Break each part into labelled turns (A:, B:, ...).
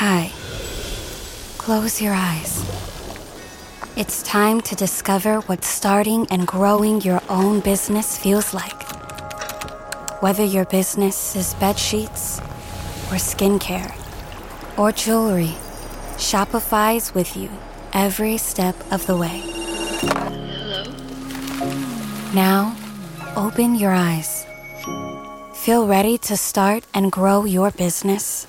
A: Hi. Close your eyes. It's time to discover what starting and growing your own business feels like. Whether your business is bed sheets or skincare or jewelry, Shopify's with you every step of the way. Now, open your eyes. Feel ready to start and grow your business?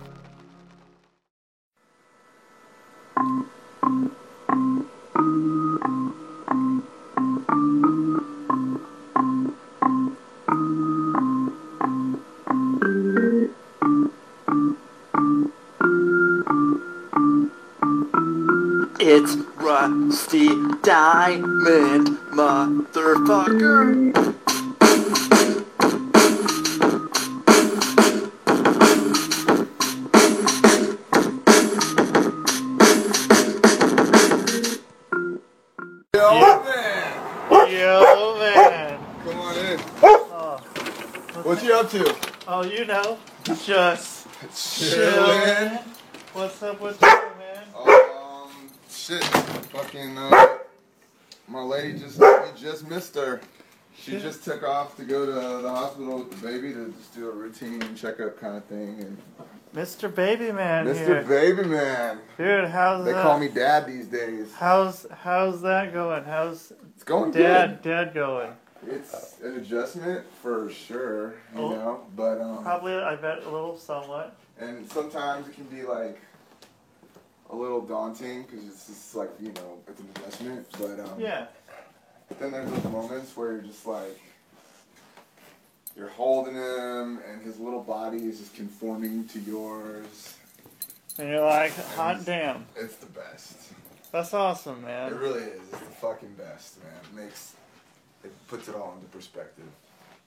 B: It's Rusty Diamond, motherfucker.
C: Yo,
D: Yo, man.
C: come on in. What you up to?
D: Oh, you know, just
C: Chillin'.
D: what's up with you, man?
C: Um, shit, fucking, uh, my lady just, we just missed her. She just took off to go to the hospital with the baby to just do a routine checkup kind of thing.
D: Mr. Baby Man
C: And
D: here.
C: Mr. Baby Man,
D: Dude, how's
C: they
D: that?
C: call me Dad these days.
D: How's how's that going? How's
C: It's going
D: dad dad going?
C: good. It's an adjustment for sure, you
D: Oh.
C: know. But um,
D: Probably, I bet a little somewhat.
C: And sometimes it can be like a little daunting because it's just like, you know, it's an investment. But um,
D: Yeah.
C: then there's those moments where you're just like, you're holding him and his little body is just conforming to yours.
D: And you're like, hot damn,
C: It's the best.
D: that's awesome,
C: It
D: man.
C: really is. It's the fucking best, man. It makes, it puts it all into perspective.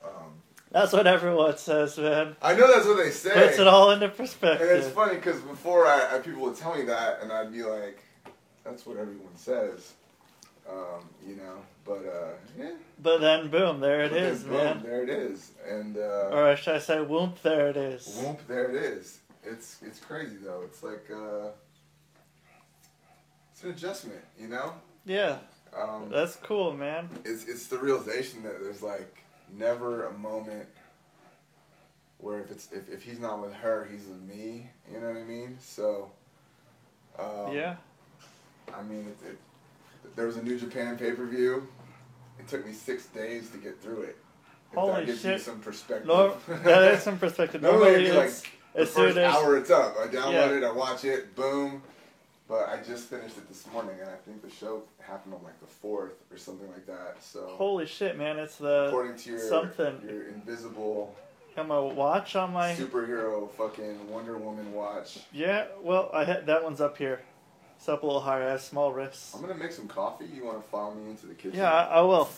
C: Um,
D: That's what everyone says, man.
C: I know that's what they say.
D: Puts it all into
C: And it's
D: perspective.
C: funny because before I, I, people would tell me that, and I'd be like, "That's what everyone says," um, you know. But uh, yeah,
D: But then, boom, there it
C: But then,
D: is,
C: boom,
D: man.
C: There it is, and uh,
D: Or should I say, whoomp, there it is.
C: whoop, there it is. It's it's crazy though. It's like uh, it's an adjustment, you know.
D: Yeah,
C: Um,
D: that's cool, man.
C: it's it's the realization that there's like never a moment where if it's if, if he's not with her, he's with me. You know what I mean? So. Um,
D: Yeah.
C: I mean, it, it, there was a New Japan pay per view. It took me six days to get through it. If
D: Holy
C: that gives you
D: shit.
C: some perspective.
D: Nor- that is some perspective.
C: Normally
D: Normally,
C: it'd be like
D: it's,
C: the
D: as soon
C: first
D: as
C: hour it's up. I download it, I watch it, boom. But I just finished it this morning, and I think the show happened on like the fourth or something like that. So
D: holy shit, man, it's the
C: according to your
D: something.
C: your invisible
D: I'm a watch on my
C: superhero fucking Wonder Woman watch,
D: yeah. Well, I had that one's up here. It's up a little higher. I have small wrists.
C: I'm gonna make some coffee. You want to follow me into the kitchen?
D: Yeah, I, I will.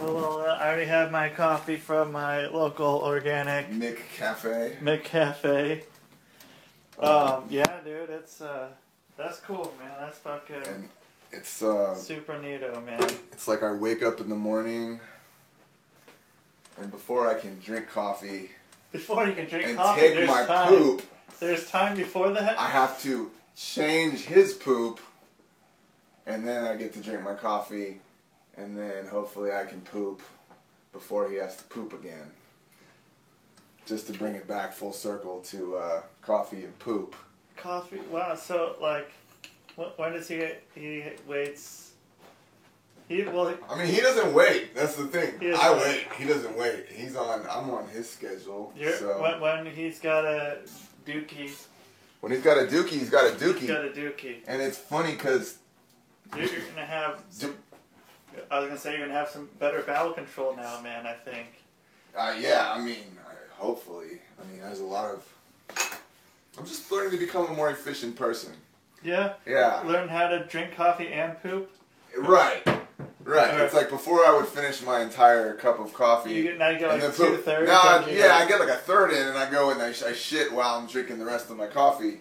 D: I will. Uh, I already have my coffee from my local organic
C: Nick Cafe.
D: Mick Cafe. Um, yeah, dude, it's uh, that's cool, man. That's fucking
C: And it's uh,
D: super neato, man.
C: It's like I wake up in the morning, and before I can drink coffee
D: Before you can drink
C: and
D: coffee,
C: take
D: there's
C: my
D: time.
C: poop,
D: There's time before that.
C: I have to change his poop, and then I get to drink my coffee, and then hopefully I can poop before he has to poop again. Just to bring it back full circle to uh, coffee and poop.
D: coffee. Wow. So like, wh- when does he he waits? He well. he-
C: I mean, he doesn't wait. That's the thing.
D: He doesn't
C: I
D: wait.
C: wait. He doesn't wait. He's on. I'm on his schedule.
D: You're,
C: so
D: when, when he's got a dookie,
C: when he's got a dookie, he's got a
D: he's
C: dookie.
D: got a dookie.
C: and it's funny because
D: You're, you're gonna have.
C: Do-
D: I was gonna say you're gonna have some better bowel control now, man. I think.
C: Uh, yeah, I mean, I- hopefully. I mean, there's a lot of. I'm just learning to become a more efficient person.
D: Yeah.
C: Yeah.
D: Learn how to drink coffee and poop.
C: Right. Right. It's like before I would finish my entire cup of coffee.
D: You get- now you get
C: and
D: like
C: then
D: two
C: poop.
D: thirds,
C: Now, I,
D: don't you?
C: yeah, I get like a third in, and I go and I, sh- I shit while I'm drinking the rest of my coffee.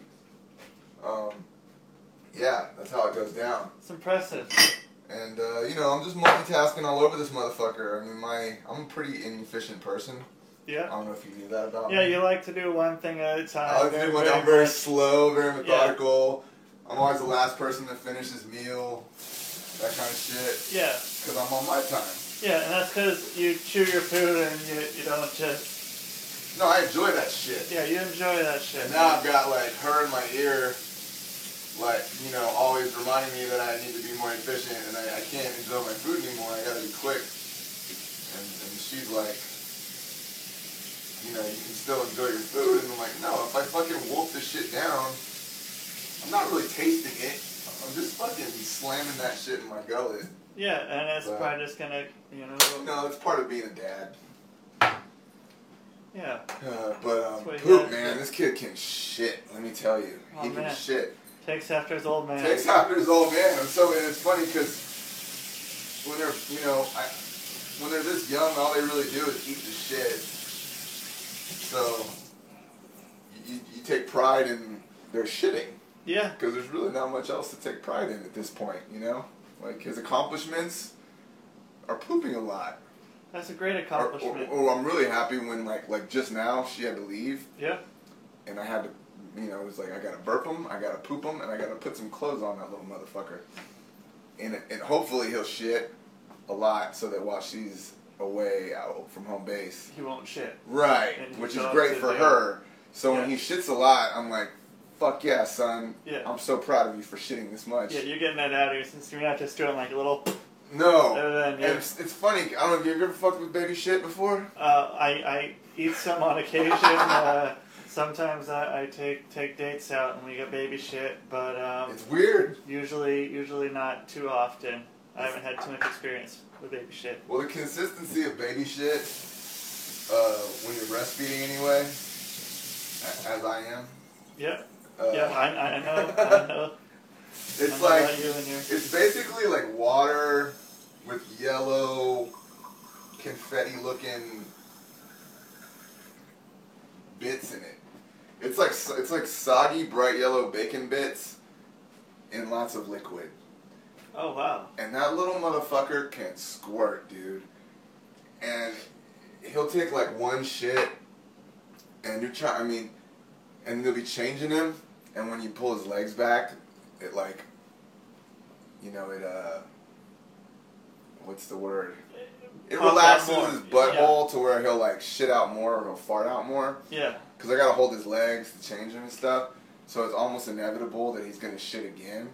C: Um, yeah, that's how it goes down.
D: It's impressive.
C: And uh, you know, I'm just multitasking all over this motherfucker. I mean, my I'm a pretty inefficient person. I
D: Yeah.
C: don't know if you knew that about me.
D: Yeah, you like to do one thing at a time.
C: I like to
D: Very,
C: Um, do my
D: very
C: I'm very
D: much.
C: slow, very methodical. I'm always the last person to finish his meal, that kind of shit,
D: Yeah.
C: because I'm on my time.
D: Yeah, and that's because you chew your food and you, you don't just
C: No, I enjoy that shit.
D: yeah you enjoy that shit.
C: And now I've got like her in my ear, like you know, always reminding me that I need to be more efficient, and I, I can't enjoy my food anymore. I gotta be quick. And, and she's like, you know, you can still enjoy your food, and I'm like, no, if I fucking wolf this shit down, I'm not really tasting it. I'm just fucking slamming that shit in my gullet.
D: Yeah, and it's
C: Wow.
D: probably just gonna you know
C: No, it's part of being a dad.
D: yeah
C: Uh, but um,
D: what he
C: poop,
D: does.
C: man, this kid can shit. Let me tell you,
D: Oh,
C: he can
D: man.
C: shit.
D: takes after his old man.
C: Takes after his old man. And so and it's funny because when they're you know I, when they're this young, all they really do is eat the shit. So you, you take pride in their shitting
D: yeah,
C: because there's really not much else to take pride in at this point. You know, like his accomplishments are pooping a lot.
D: that's a great
C: Or, or,
D: accomplishment.
C: or I'm really happy when like like just now she had to leave
D: yeah,
C: and I had to. You know, it was like I gotta burp him, I gotta poop him, and I gotta put some clothes on that little motherfucker. And and hopefully he'll shit a lot so that while she's away out from home base,
D: he won't shit.
C: right,
D: And he
C: which is
D: dogs
C: great
D: it
C: for
D: down.
C: her. So when he
D: Yeah.
C: shits a lot, I'm like, fuck yeah, son.
D: Yeah.
C: I'm so proud of you for shitting this much.
D: Yeah, you're getting that out of you since you're not just doing like a little.
C: no.
D: Other than,
C: And
D: yeah.
C: it's, it's funny. I don't know if you've ever fucked with baby shit before.
D: Uh, I I eat some on occasion. uh, sometimes I, I take take dates out and we get baby shit, but um,
C: It's weird.
D: usually usually not too often. I haven't had too much experience with baby shit.
C: Well, the consistency of baby shit, uh, when you're breastfeeding anyway, a- as I am,
D: Yep.
C: uh,
D: Yeah, I, I know. I know. I know
C: it's like
D: about you and your
C: it's basically like water with yellow confetti-looking bits in it. It's like s- it's like soggy, bright yellow bacon bits in lots of liquid.
D: Oh wow.
C: And that little motherfucker can squirt, dude. And he'll take like one shit, and you're trying. I mean, and they'll be changing him. And when you pull his legs back, it like, you know, it uh, what's the word? It
D: Pop out
C: relaxes
D: more.
C: his butthole to where he'll like shit out more or he'll fart out more.
D: Yeah.
C: Cause I gotta hold his legs to change him and stuff. So it's almost inevitable that he's gonna shit again.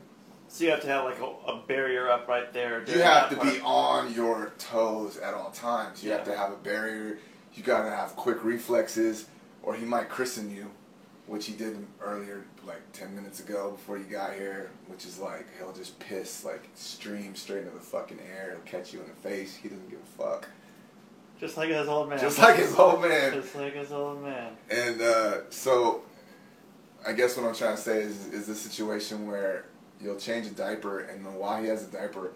D: So you have to have like a, a barrier up right there.
C: You
D: during
C: have to
D: that
C: be
D: part.
C: on your toes at all times. You have
D: Yeah.
C: to have a barrier. You gotta have quick reflexes, or he might christen you, which he did earlier, like ten minutes ago before you got here. Which is like he'll just piss like stream straight into the fucking air. He'll catch you in the face. He doesn't give a fuck.
D: Just like his old man.
C: Just like his old man.
D: Just like his old man.
C: And uh, so, I guess what I'm trying to say is, is the situation where you'll change a diaper, and then while he has a diaper,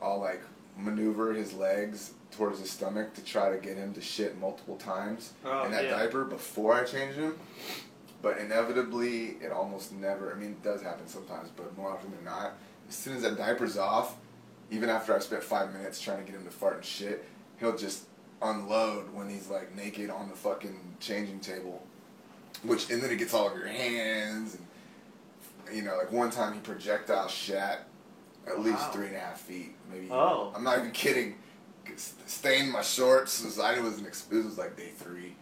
C: I'll like maneuver his legs towards his stomach to try to get him to shit multiple times
D: Oh,
C: in that
D: yeah.
C: diaper before I change him. But inevitably, it almost never. I mean, it does happen sometimes, but more often than not, as soon as that diaper's off, even after I spent five minutes trying to get him to fart and shit, he'll just unload when he's like naked on the fucking changing table. Which and then it gets all over your hands and you know, like one time he projectile shat at least
D: Wow.
C: three and a half feet, maybe.
D: Oh.
C: I'm not even kidding. Stained my shorts. It was, I it was an ex- it was like day three.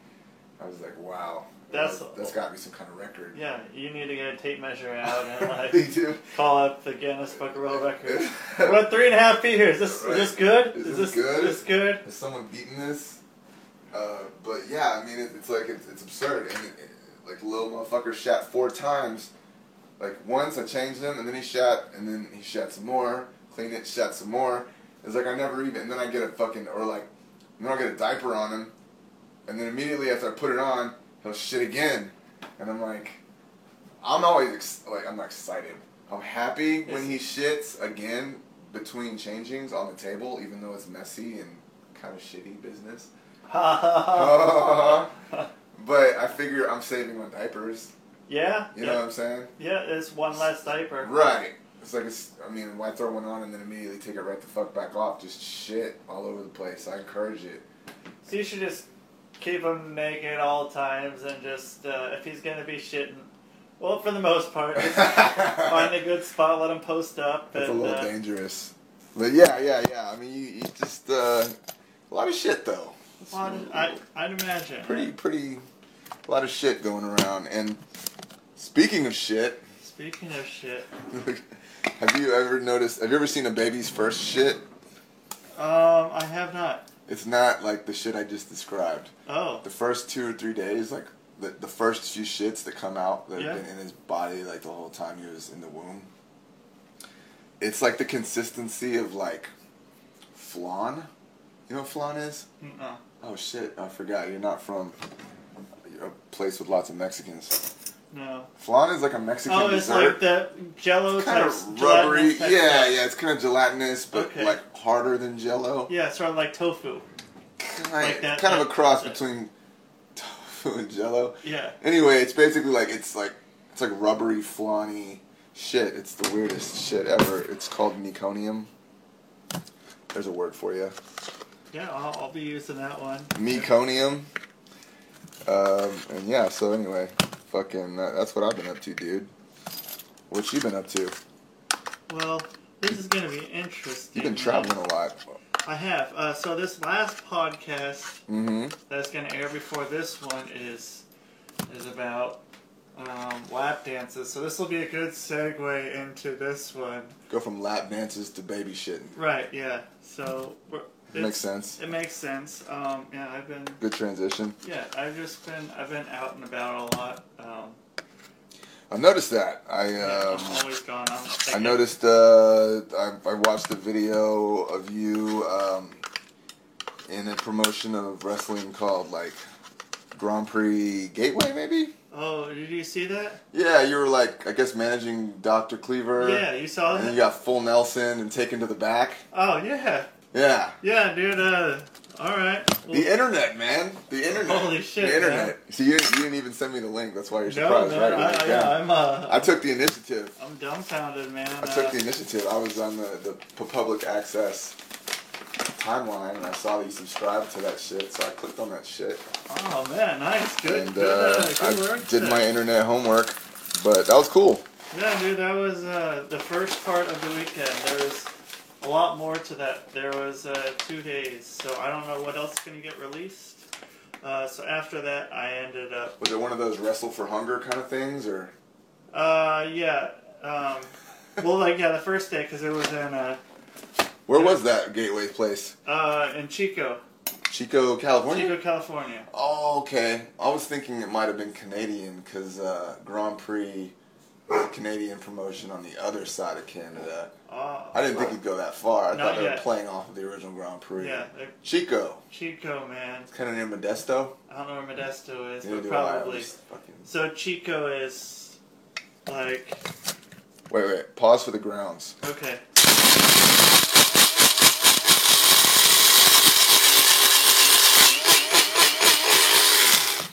C: I was like, wow.
D: That's-
C: that's got to be some kind of record.
D: Yeah, you need to get a tape measure out and
C: Me
D: like
C: too.
D: call up the Guinness Book of World Records. What three and a half feet here? Is this is this good?
C: Is
D: Is
C: this
D: this
C: good?
D: This good?
C: Has someone beaten this? Uh, but yeah, I mean, it, it's like it's, it's absurd. And it, it- like little motherfucker shot four times. Like once I changed him, and then he shot, and then he shot some more. Cleaned it, shot some more. It's like I never even. And then I get a fucking or like, and then I get a diaper on him, and then immediately after I put it on, he'll shit again, and I'm like, I'm always ex- like I'm not excited. I'm happy when he shits again between changings on the table, even though it's messy and kind of shitty business. Uh, but I figure I'm saving my diapers.
D: Yeah.
C: You know what
D: yeah.
C: I'm saying?
D: Yeah, it's one less diaper.
C: Right. It's like it's, I mean, why throw one on and then immediately take it right the fuck back off? Just shit all over the place. I encourage it.
D: So you should just keep him naked all times and just uh, if he's gonna be shitting, well, for the most part, just find a good spot, let him post up.
C: That's a
D: and,
C: little
D: uh,
C: dangerous. But yeah, yeah, yeah. I mean, you, you just uh, a lot of shit though. It's
D: well, I, I'd imagine.
C: pretty, pretty, a lot of shit going around. And speaking of shit,
D: Speaking of shit,
C: have you ever noticed? Have you ever seen a baby's first shit?
D: um, I have not.
C: It's not like the shit I just described.
D: Oh,
C: The first two or three days, like the, the first few shits that come out that
D: Yeah.
C: have been in his body, like the whole time he was in the womb. It's like the consistency of like flan. You know what flan is?
D: no.
C: Oh shit! I forgot. You're not from a place with lots of Mexicans.
D: No.
C: Flan is like a Mexican
D: Oh, it's
C: dessert.
D: like the Jello
C: kind
D: type,
C: of rubbery.
D: gelatinous
C: Yeah,
D: type stuff.
C: yeah. It's kind of gelatinous, but
D: Okay.
C: like harder than Jello.
D: Yeah, sort of like tofu.
C: Kind,
D: Like that-
C: kind of a
D: that-
C: cross
D: that-
C: between tofu and Jello.
D: Yeah.
C: Anyway, it's basically like it's like it's like rubbery, flanny shit. It's the weirdest shit ever. It's called meconium. There's a word for you.
D: Yeah, I'll, I'll be using that one.
C: Meconium. Um, and yeah, so anyway, fucking, that, that's what I've been up to, dude. What you been up to?
D: Well, this is going to be interesting.
C: You've been traveling a lot.
D: I have. Uh, so this last podcast
C: Mm-hmm.
D: that's going to air before this one is is about um, lap dances. So this will be a good segue into this one.
C: Go from lap dances to baby shitting.
D: Right. Yeah. So we're, it's-
C: Makes sense.
D: It makes sense. Um, yeah, I've been.
C: Good transition.
D: Yeah, I've just been. I've been out and about a lot. Um,
C: I noticed that. I
D: yeah,
C: um,
D: I'm always gone. I'm
C: I
D: thinking-
C: noticed. Uh, I, I watched a video of you um, in a promotion of wrestling called like Grand Prix Gateway, maybe.
D: Oh, did you see that?
C: Yeah, you were like I guess managing Dr. Cleaver.
D: Yeah, you saw
C: And
D: that.
C: you got full Nelson and taken to the back.
D: Oh yeah,
C: Yeah.
D: yeah, dude. Uh, all right. Well,
C: The internet, man. The internet.
D: Holy shit,
C: The
D: man.
C: internet. See, you, you didn't even send me the link. That's why you're
D: no,
C: surprised,
D: no,
C: right?
D: no,
C: Like,
D: I,
C: yeah.
D: yeah, I'm uh,
C: I took the initiative.
D: I'm dumbfounded, man. uh,
C: I took the initiative. I was on the, the p- public access timeline and I saw that you subscribed to that shit, so I clicked on that shit.
D: oh man, nice, good,
C: and
D: good,
C: uh,
D: uh, good
C: I
D: work.
C: did
D: there.
C: my internet homework, but that was cool.
D: Yeah, dude, that was uh, the first part of the weekend. There was a lot more to that. There was uh, two days, so I don't know what else is gonna get released. Uh, so after that, I ended up.
C: Was it one of those wrestle for hunger kind of things, or
D: Uh, yeah. Um, well, like yeah, the first day because it was in uh,
C: where was that gateway place?
D: uh, in Chico,
C: Chico, California.
D: Chico, California.
C: Oh, okay. I was thinking it might have been Canadian because uh, Grand Prix, is a Canadian promotion on the other side of Canada.
D: Oh,
C: I didn't think it'd go that far. I
D: Not
C: thought they were
D: yet.
C: playing off of the original Grand Prix.
D: yeah, they're-
C: Chico.
D: Chico, man.
C: Kind of near Modesto.
D: I don't know where Modesto is,
C: Neither
D: but
C: do I. I
D: probably.
C: was fucking-
D: So Chico is like
C: Wait, wait. Pause for the grounds.
D: okay.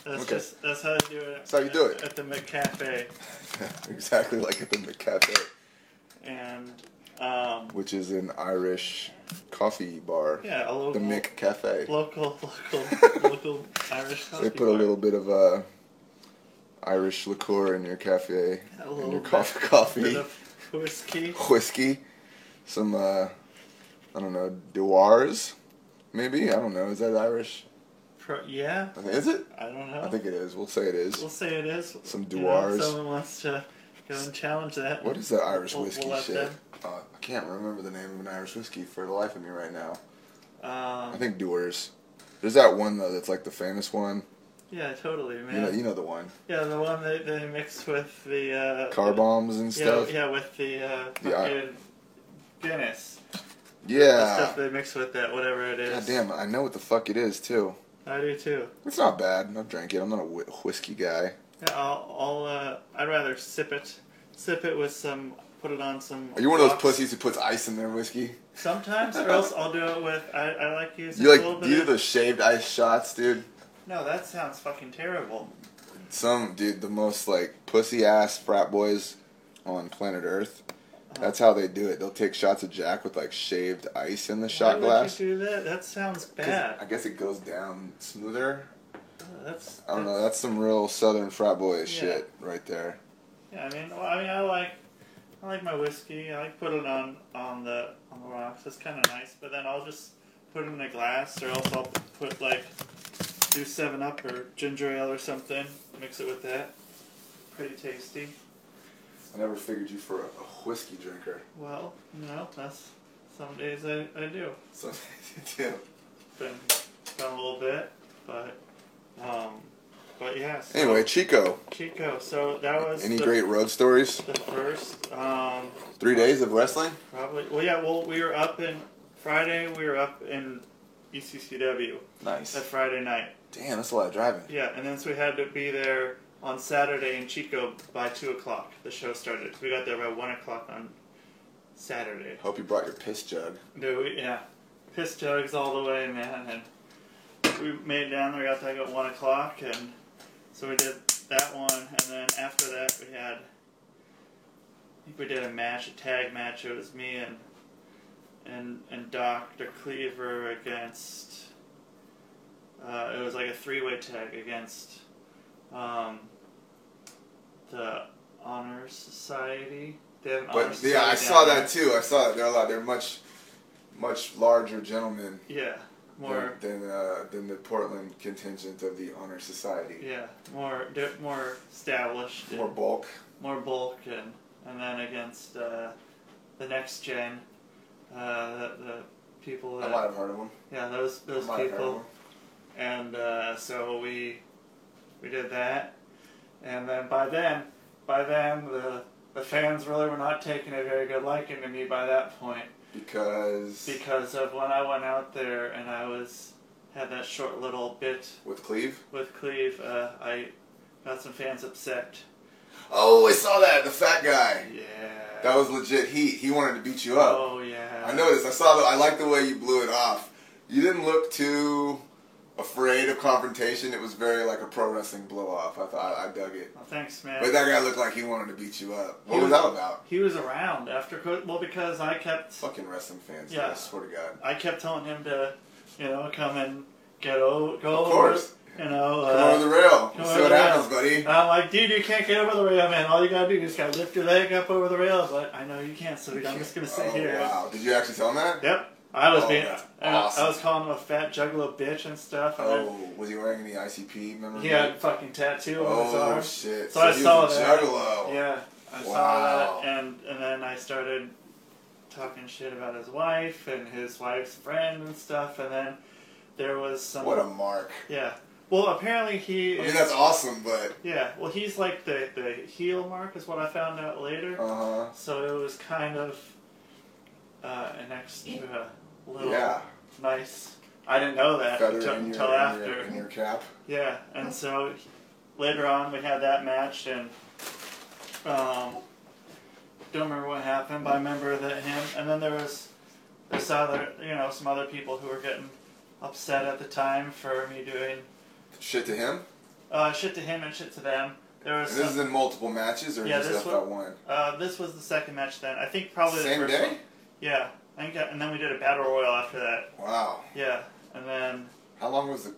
D: That's
C: Okay.
D: just that's how they do it.
C: That's how you do
D: at-
C: it.
D: at the McCafe,
C: exactly like at the McCafe,
D: and um,
C: which is an Irish coffee bar.
D: yeah, a local
C: The McCafe.
D: local local local Irish.
C: They
D: coffee
C: put a
D: bar.
C: little bit of uh, Irish liqueur in your cafe,
D: A
C: in
D: little
C: your
D: bit-
C: coffee, coffee,
D: bit of whiskey.
C: whiskey, some uh, I don't know, Dewars, maybe I don't know. Is that Irish?
D: Pro, yeah,
C: I mean, is it?
D: I don't know.
C: I think it is. We'll say it is.
D: we'll say it is.
C: Some
D: You know,
C: Dewars.
D: if someone wants to go and challenge that.
C: What is that Irish
D: We'll- we'll
C: whiskey
D: let
C: shit?
D: them-
C: Uh, I can't remember the name of an Irish whiskey for the life of me right now. I
D: Um,
C: think Doers. There's that one though that's like the famous one.
D: yeah, totally, man.
C: You know, you know the one.
D: yeah, the one that they mix with the uh,
C: Car bombs and
D: Yeah,
C: stuff.
D: yeah, with the uh,
C: The I-
D: fucking Guinness. The stuff
C: Yeah.
D: they mix with that, whatever it is.
C: God damn, I know what the fuck it is too.
D: I do too.
C: It's not bad. I've drank it. I'm not a whi whiskey guy.
D: Yeah, I'll, I'll uh, I'd rather sip it, sip it with some, put it on some.
C: Are you one of those
D: rocks
C: pussies who puts ice in their whiskey?
D: Sometimes, or else I'll do it with. I, I like using
C: You
D: a little
C: like
D: bit.
C: you do
D: of,
C: the shaved ice shots, dude.
D: No, that sounds fucking terrible.
C: Some dude, the most like pussy ass frat boys on planet Earth. That's how they do it. They'll take shots of Jack with like shaved ice in the shot
D: Why
C: glass.
D: would you do that? That sounds
C: 'Cause
D: bad.
C: I guess it goes down smoother.
D: That's.
C: I don't know. That's some real southern frat boy shit right there.
D: Yeah, I mean, well, I mean, I like, I like my whiskey. I like put it on on the on the rocks. It's kind of nice. But then I'll just put it in a glass, or else I'll put like, do Seven Up or ginger ale or something. Mix it with that. Pretty tasty.
C: I never figured you for a, a whiskey drinker.
D: Well, you know, that's some days I, I do.
C: So you do.
D: Been been a little bit, but um, but yeah. So,
C: Anyway, Chico.
D: Chico. So that was
C: Any
D: the,
C: great road stories?
D: the first. Um,
C: Three days of wrestling.
D: Probably. Well, yeah. Well, we were up in Friday. We were up in E ECCW that
C: Nice.
D: Friday night.
C: Damn, that's a lot of driving.
D: Yeah, and then so we had to be there on Saturday in Chico by two o'clock. The show started. We got there by one o'clock on Saturday.
C: Hope you brought your piss jug.
D: Dude, we, yeah, piss jugs all the way, man. And we made it down there. We got there at one o'clock, and so we did that one. And then after that, we had. I think we did a match, a tag match. It was me and and and Doctor Cleaver against. Uh, it was like a three-way tag against um, the Honor Society. They have an Honor
C: But yeah, I
D: Society
C: saw
D: down there.
C: that too. I saw that. They're a lot. They're much, much larger gentlemen
D: Yeah,
C: than-
D: more.
C: than uh, than the Portland contingent of the Honor Society.
D: Yeah, more di- more established, and
C: More bulk.
D: more bulk, and and then against uh, the next gen, uh, the, the people
C: I
D: that
C: might have heard of them.
D: yeah those
C: I
D: those
C: might have heard of
D: people,
C: 'em.
D: and uh, so we we did that, and then by then by then the the fans really were not taking a very good liking to me by that point
C: because
D: because of when I went out there and I was had that short little bit
C: with Cleve.
D: with Cleve, uh, I got some fans upset.
C: Oh, I saw that. The fat guy.
D: Yeah.
C: That was legit heat. He wanted to beat you up.
D: Oh yeah.
C: Oh. I noticed. I saw. The, I like the way you blew it off. You didn't look too afraid of confrontation. It was very like a pro wrestling blow off. I thought I dug it.
D: Well, thanks, man.
C: But that guy looked like he wanted to beat you up. What
D: He
C: was
D: was-
C: that about?
D: he was around after co- well because I kept
C: Fucking wrestling fans.
D: Yeah.
C: I swear to God.
D: I kept telling him to, you know, come and get over, go
C: Of course.
D: over, you know.
C: Come
D: uh,
C: over the rail.
D: come
C: Let's
D: over
C: see what
D: the rail.
C: happens, buddy.
D: And I'm like, dude, you can't get over the rail, man. All you gotta do is just gotta lift your leg up over the rail. But I know you can't, so I'm just gonna sit
C: oh,
D: here.
C: Wow. Did you actually tell him that?
D: Yep. I was
C: Oh,
D: being,
C: that's
D: I- I was
C: awesome.
D: calling him a fat juggalo bitch and stuff. And then-
C: Oh, was he wearing any ICP memorabilia?
D: He had a fucking tattoo on his
C: Oh
D: arm.
C: shit.
D: So I
C: he
D: saw
C: was a
D: that.
C: Juggalo.
D: Yeah, I
C: Wow.
D: saw that, and and then I started talking shit about his wife and his wife's friend and stuff, and then there was some.
C: What a mark.
D: yeah. Well, apparently he.
C: I
D: is,
C: mean, that's awesome, but
D: yeah. Well, he's like the the heel mark is what I found out later.
C: uh huh.
D: So it was kind of uh, an extra little
C: Yeah.
D: nice. I didn't know that
C: Feather
D: until,
C: in your,
D: until
C: in
D: after.
C: your, in your cap.
D: Yeah, and so later on we had that match, and um, don't remember what happened, but I remember that him. And then there was this other, you know, some other people who were getting upset at the time for me doing
C: Shit to him.
D: uh, shit to him and shit to them. There was
C: And this is
D: some,
C: in multiple matches, or
D: Yeah,
C: just
D: this
C: after
D: one-
C: that one?
D: uh, this was the second match then. I think probably the
C: Same
D: first
C: day.
D: One. Yeah, I think, that- and then we did a battle royal after that.
C: Wow.
D: Yeah, and then
C: How long was the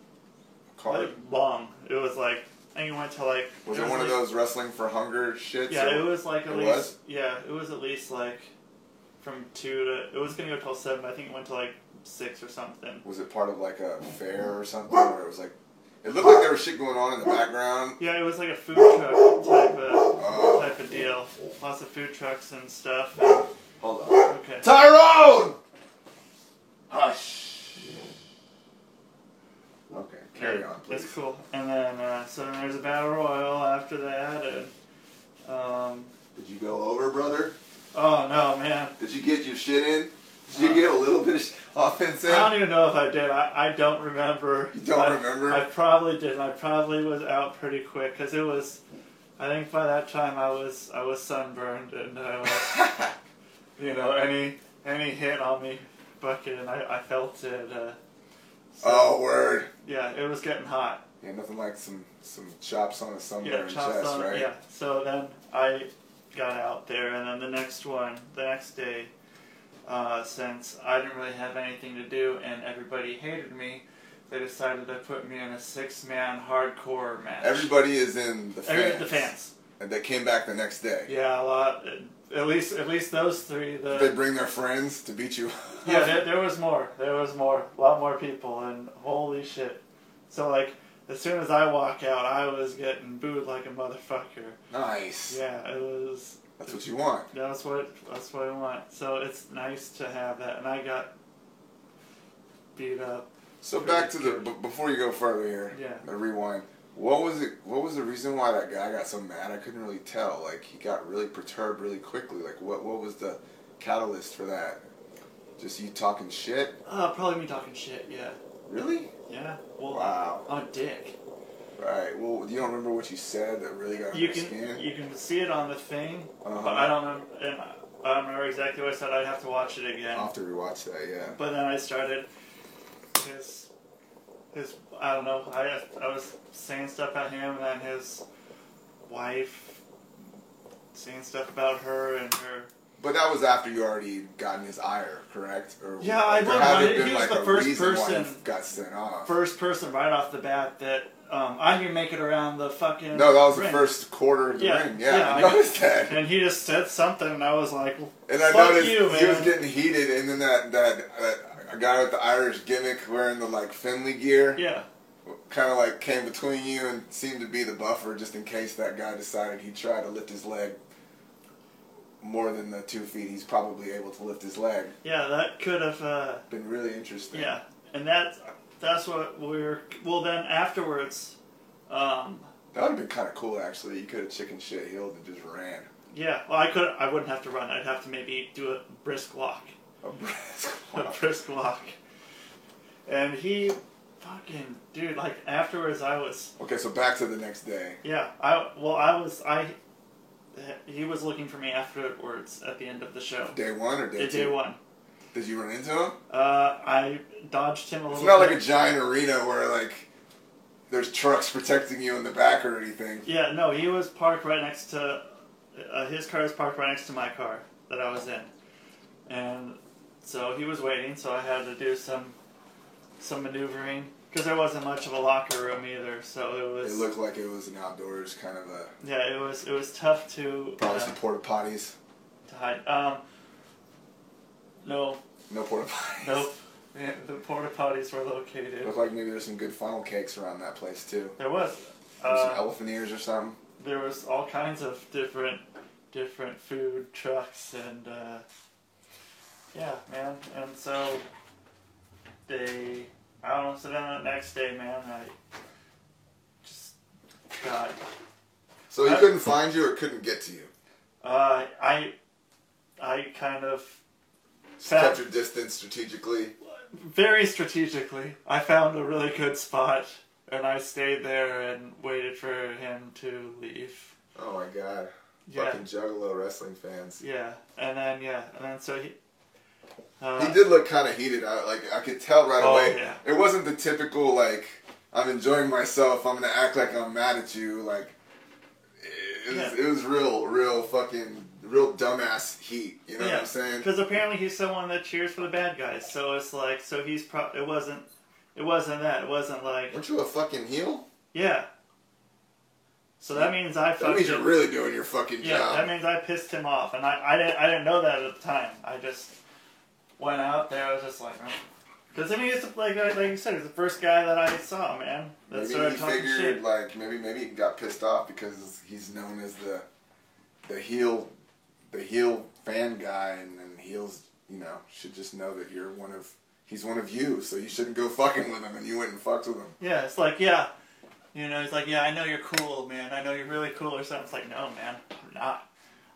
C: card?
D: like long. It was like I think it went to like.
C: Was
D: it
C: it one of
D: like-
C: those wrestling for hunger shits?
D: Yeah,
C: or-
D: it was like at
C: It
D: least.
C: was?
D: Yeah, it was at least like from two to. It was gonna go till seven. But I think it went to like six or something.
C: Was it part of like a fair or something, or it was like It looked like there was shit going on in the background.
D: Yeah, it was like a food truck type of type of deal. Lots of food trucks and stuff.
C: Hold on.
D: Okay.
C: Tyrone! Hush. Okay, carry on,
D: That's
C: please.
D: cool. And then uh, so then there's a battle royal after that, and um,
C: Did you go over, brother?
D: oh no, man,
C: Did you get your shit in? Did you get a little bit of offense in?
D: I don't even know if I did. I, I don't remember.
C: You don't
D: I-
C: remember?
D: I probably did. I probably was out pretty quick because it was. I think by that time I was I was sunburned and I was, you know, any any hit on me, fucking, I I felt it. Uh, so,
C: Oh, word.
D: Yeah, it was getting hot.
C: Yeah, nothing like some some chops on a sunburn
D: Yeah,
C: chest,
D: chops on.
C: right?
D: Yeah. So then I got out there, and then the next one, the next day, uh, since I didn't really have anything to do and everybody hated me, they decided to put me in a six-man hardcore match.
C: Everybody is in the
D: Every-
C: fans.
D: the fans.
C: And they came back the next day.
D: Yeah, a lot. At least, at least those three. The,
C: They bring their friends to beat you. up.
D: yeah, there, there was more. There was more. A lot more people, and holy shit. So like, as soon as I walk out, I was getting booed like a motherfucker.
C: nice.
D: Yeah, it was.
C: That's what you want.
D: That's what that's what I want. So it's nice to have that, and I got beat up.
C: So back to the b- before you go further here.
D: Yeah.
C: The rewind. What was it? What was the reason why that guy got so mad? I couldn't really tell. Like he got really perturbed really quickly. Like what? What was the catalyst for that? Just you talking shit?
D: Uh, probably me talking shit. Yeah,
C: Really?
D: yeah. Well,
C: Wow.
D: I'm a dick.
C: Right. Well, you don't remember what you said that really got on
D: You
C: your
D: can
C: skin.
D: you can see it on the thing,
C: Uh-huh.
D: but I don't know. And I- I don't remember exactly what I said. I'd have to watch it again.
C: I'll have to rewatch that. Yeah.
D: But then I started his his I don't know. I I was saying stuff about him, and then his wife saying stuff about her and her
C: But that was after you already gotten his ire, correct? Or
D: Yeah, I
C: there
D: would-
C: hadn't
D: I- he was the
C: a
D: first
C: reason why
D: person-
C: you got sent off.
D: first person right off the bat that um, I can make it around the fucking.
C: no, that was the
D: ring.
C: first quarter of the
D: Yeah,
C: ring. Yeah,
D: yeah,
C: I
D: I-
C: noticed that.
D: And he just said something, and I was like,
C: And I
D: "Fuck
C: noticed
D: you, man!"
C: he was getting heated, and then that that, that guy with the Irish gimmick wearing the like Finley gear,
D: yeah,
C: kind of like came between you and seemed to be the buffer, just in case that guy decided he tried to lift his leg more than the two feet he's probably able to lift his leg.
D: yeah, that could have, uh,
C: Been really interesting.
D: yeah, and that's that's what we were. Well, then afterwards, um,
C: that would have been kind of cool actually. You could have chicken shit healed and just ran.
D: yeah, well, I could, I wouldn't have to run. I'd have to maybe do a brisk walk,
C: A brisk
D: a
C: walk.
D: brisk walk, and he, fucking dude, like afterwards, I was
C: Okay, so back to the next day.
D: Yeah, I well, I was I. He was looking for me afterwards at the end of the show.
C: Day one or day
D: Day,
C: two?
D: day one,
C: Did you run into him?
D: uh, I dodged him a
C: It's
D: little.
C: not
D: bit.
C: like a giant arena where like there's trucks protecting you in the back or anything.
D: Yeah, no, he was parked right next to. Uh, his car was parked right next to my car that I was in, and so he was waiting. So I had to do some, some maneuvering because there wasn't much of a locker room either. So it
C: It
D: was.
C: looked like it was an outdoors kind of a
D: yeah, it was it was tough to
C: probably
D: uh,
C: some porta potties.
D: to hide. Um. No,
C: No porta potties.
D: Nope. Yeah, the porta potties were located.
C: Looked like maybe there's some good funnel cakes around that place too.
D: There was.
C: There's some
D: Uh,
C: elephant ears or something.
D: there was all kinds of different, different food trucks and uh, yeah, man. And so they, I don't know. So then the next day, man, I just got.
C: So he
D: I-
C: couldn't find you or couldn't get to you.
D: Uh, I, I kind of
C: Just
D: Found-
C: kept your distance strategically.
D: very strategically, I found a really good spot, and I stayed there and waited for him to leave.
C: Oh my god.
D: Yeah.
C: Fucking juggalo wrestling fans.
D: Yeah, and then yeah, and then so he. Uh,
C: He did look kind of heated. I, like I could tell right
D: Oh,
C: away.
D: yeah.
C: It wasn't the typical like I'm enjoying myself. I'm gonna act like I'm mad at you. Like it was,
D: Yeah.
C: it was real, real fucking, real dumbass heat. You know what I'm saying?
D: Because apparently he's someone that cheers for the bad guys, so it's like so he's pro. It wasn't. It wasn't that. It wasn't like
C: Aren't you a fucking heel?
D: yeah. So that means I
C: That
D: fucked
C: means you're
D: him.
C: really doing your fucking
D: yeah,
C: job.
D: that means I pissed him off, and I I didn't I didn't know that at the time. I just went out there. I was just like, "Oh, Because I mean, it's like like like you said, he's the first guy that I saw, man. That
C: Maybe
D: started
C: he
D: talking
C: figured
D: shit.
C: like maybe maybe he got pissed off because he's known as the the heel the heel fan guy and then heels you know should just know that you're one of he's one of you so you shouldn't go fucking with him and you went and fucked with him.
D: yeah, it's like yeah, you know, he's like yeah, I know you're cool, man. I know you're really cool or something. It's like no, man, I'm not.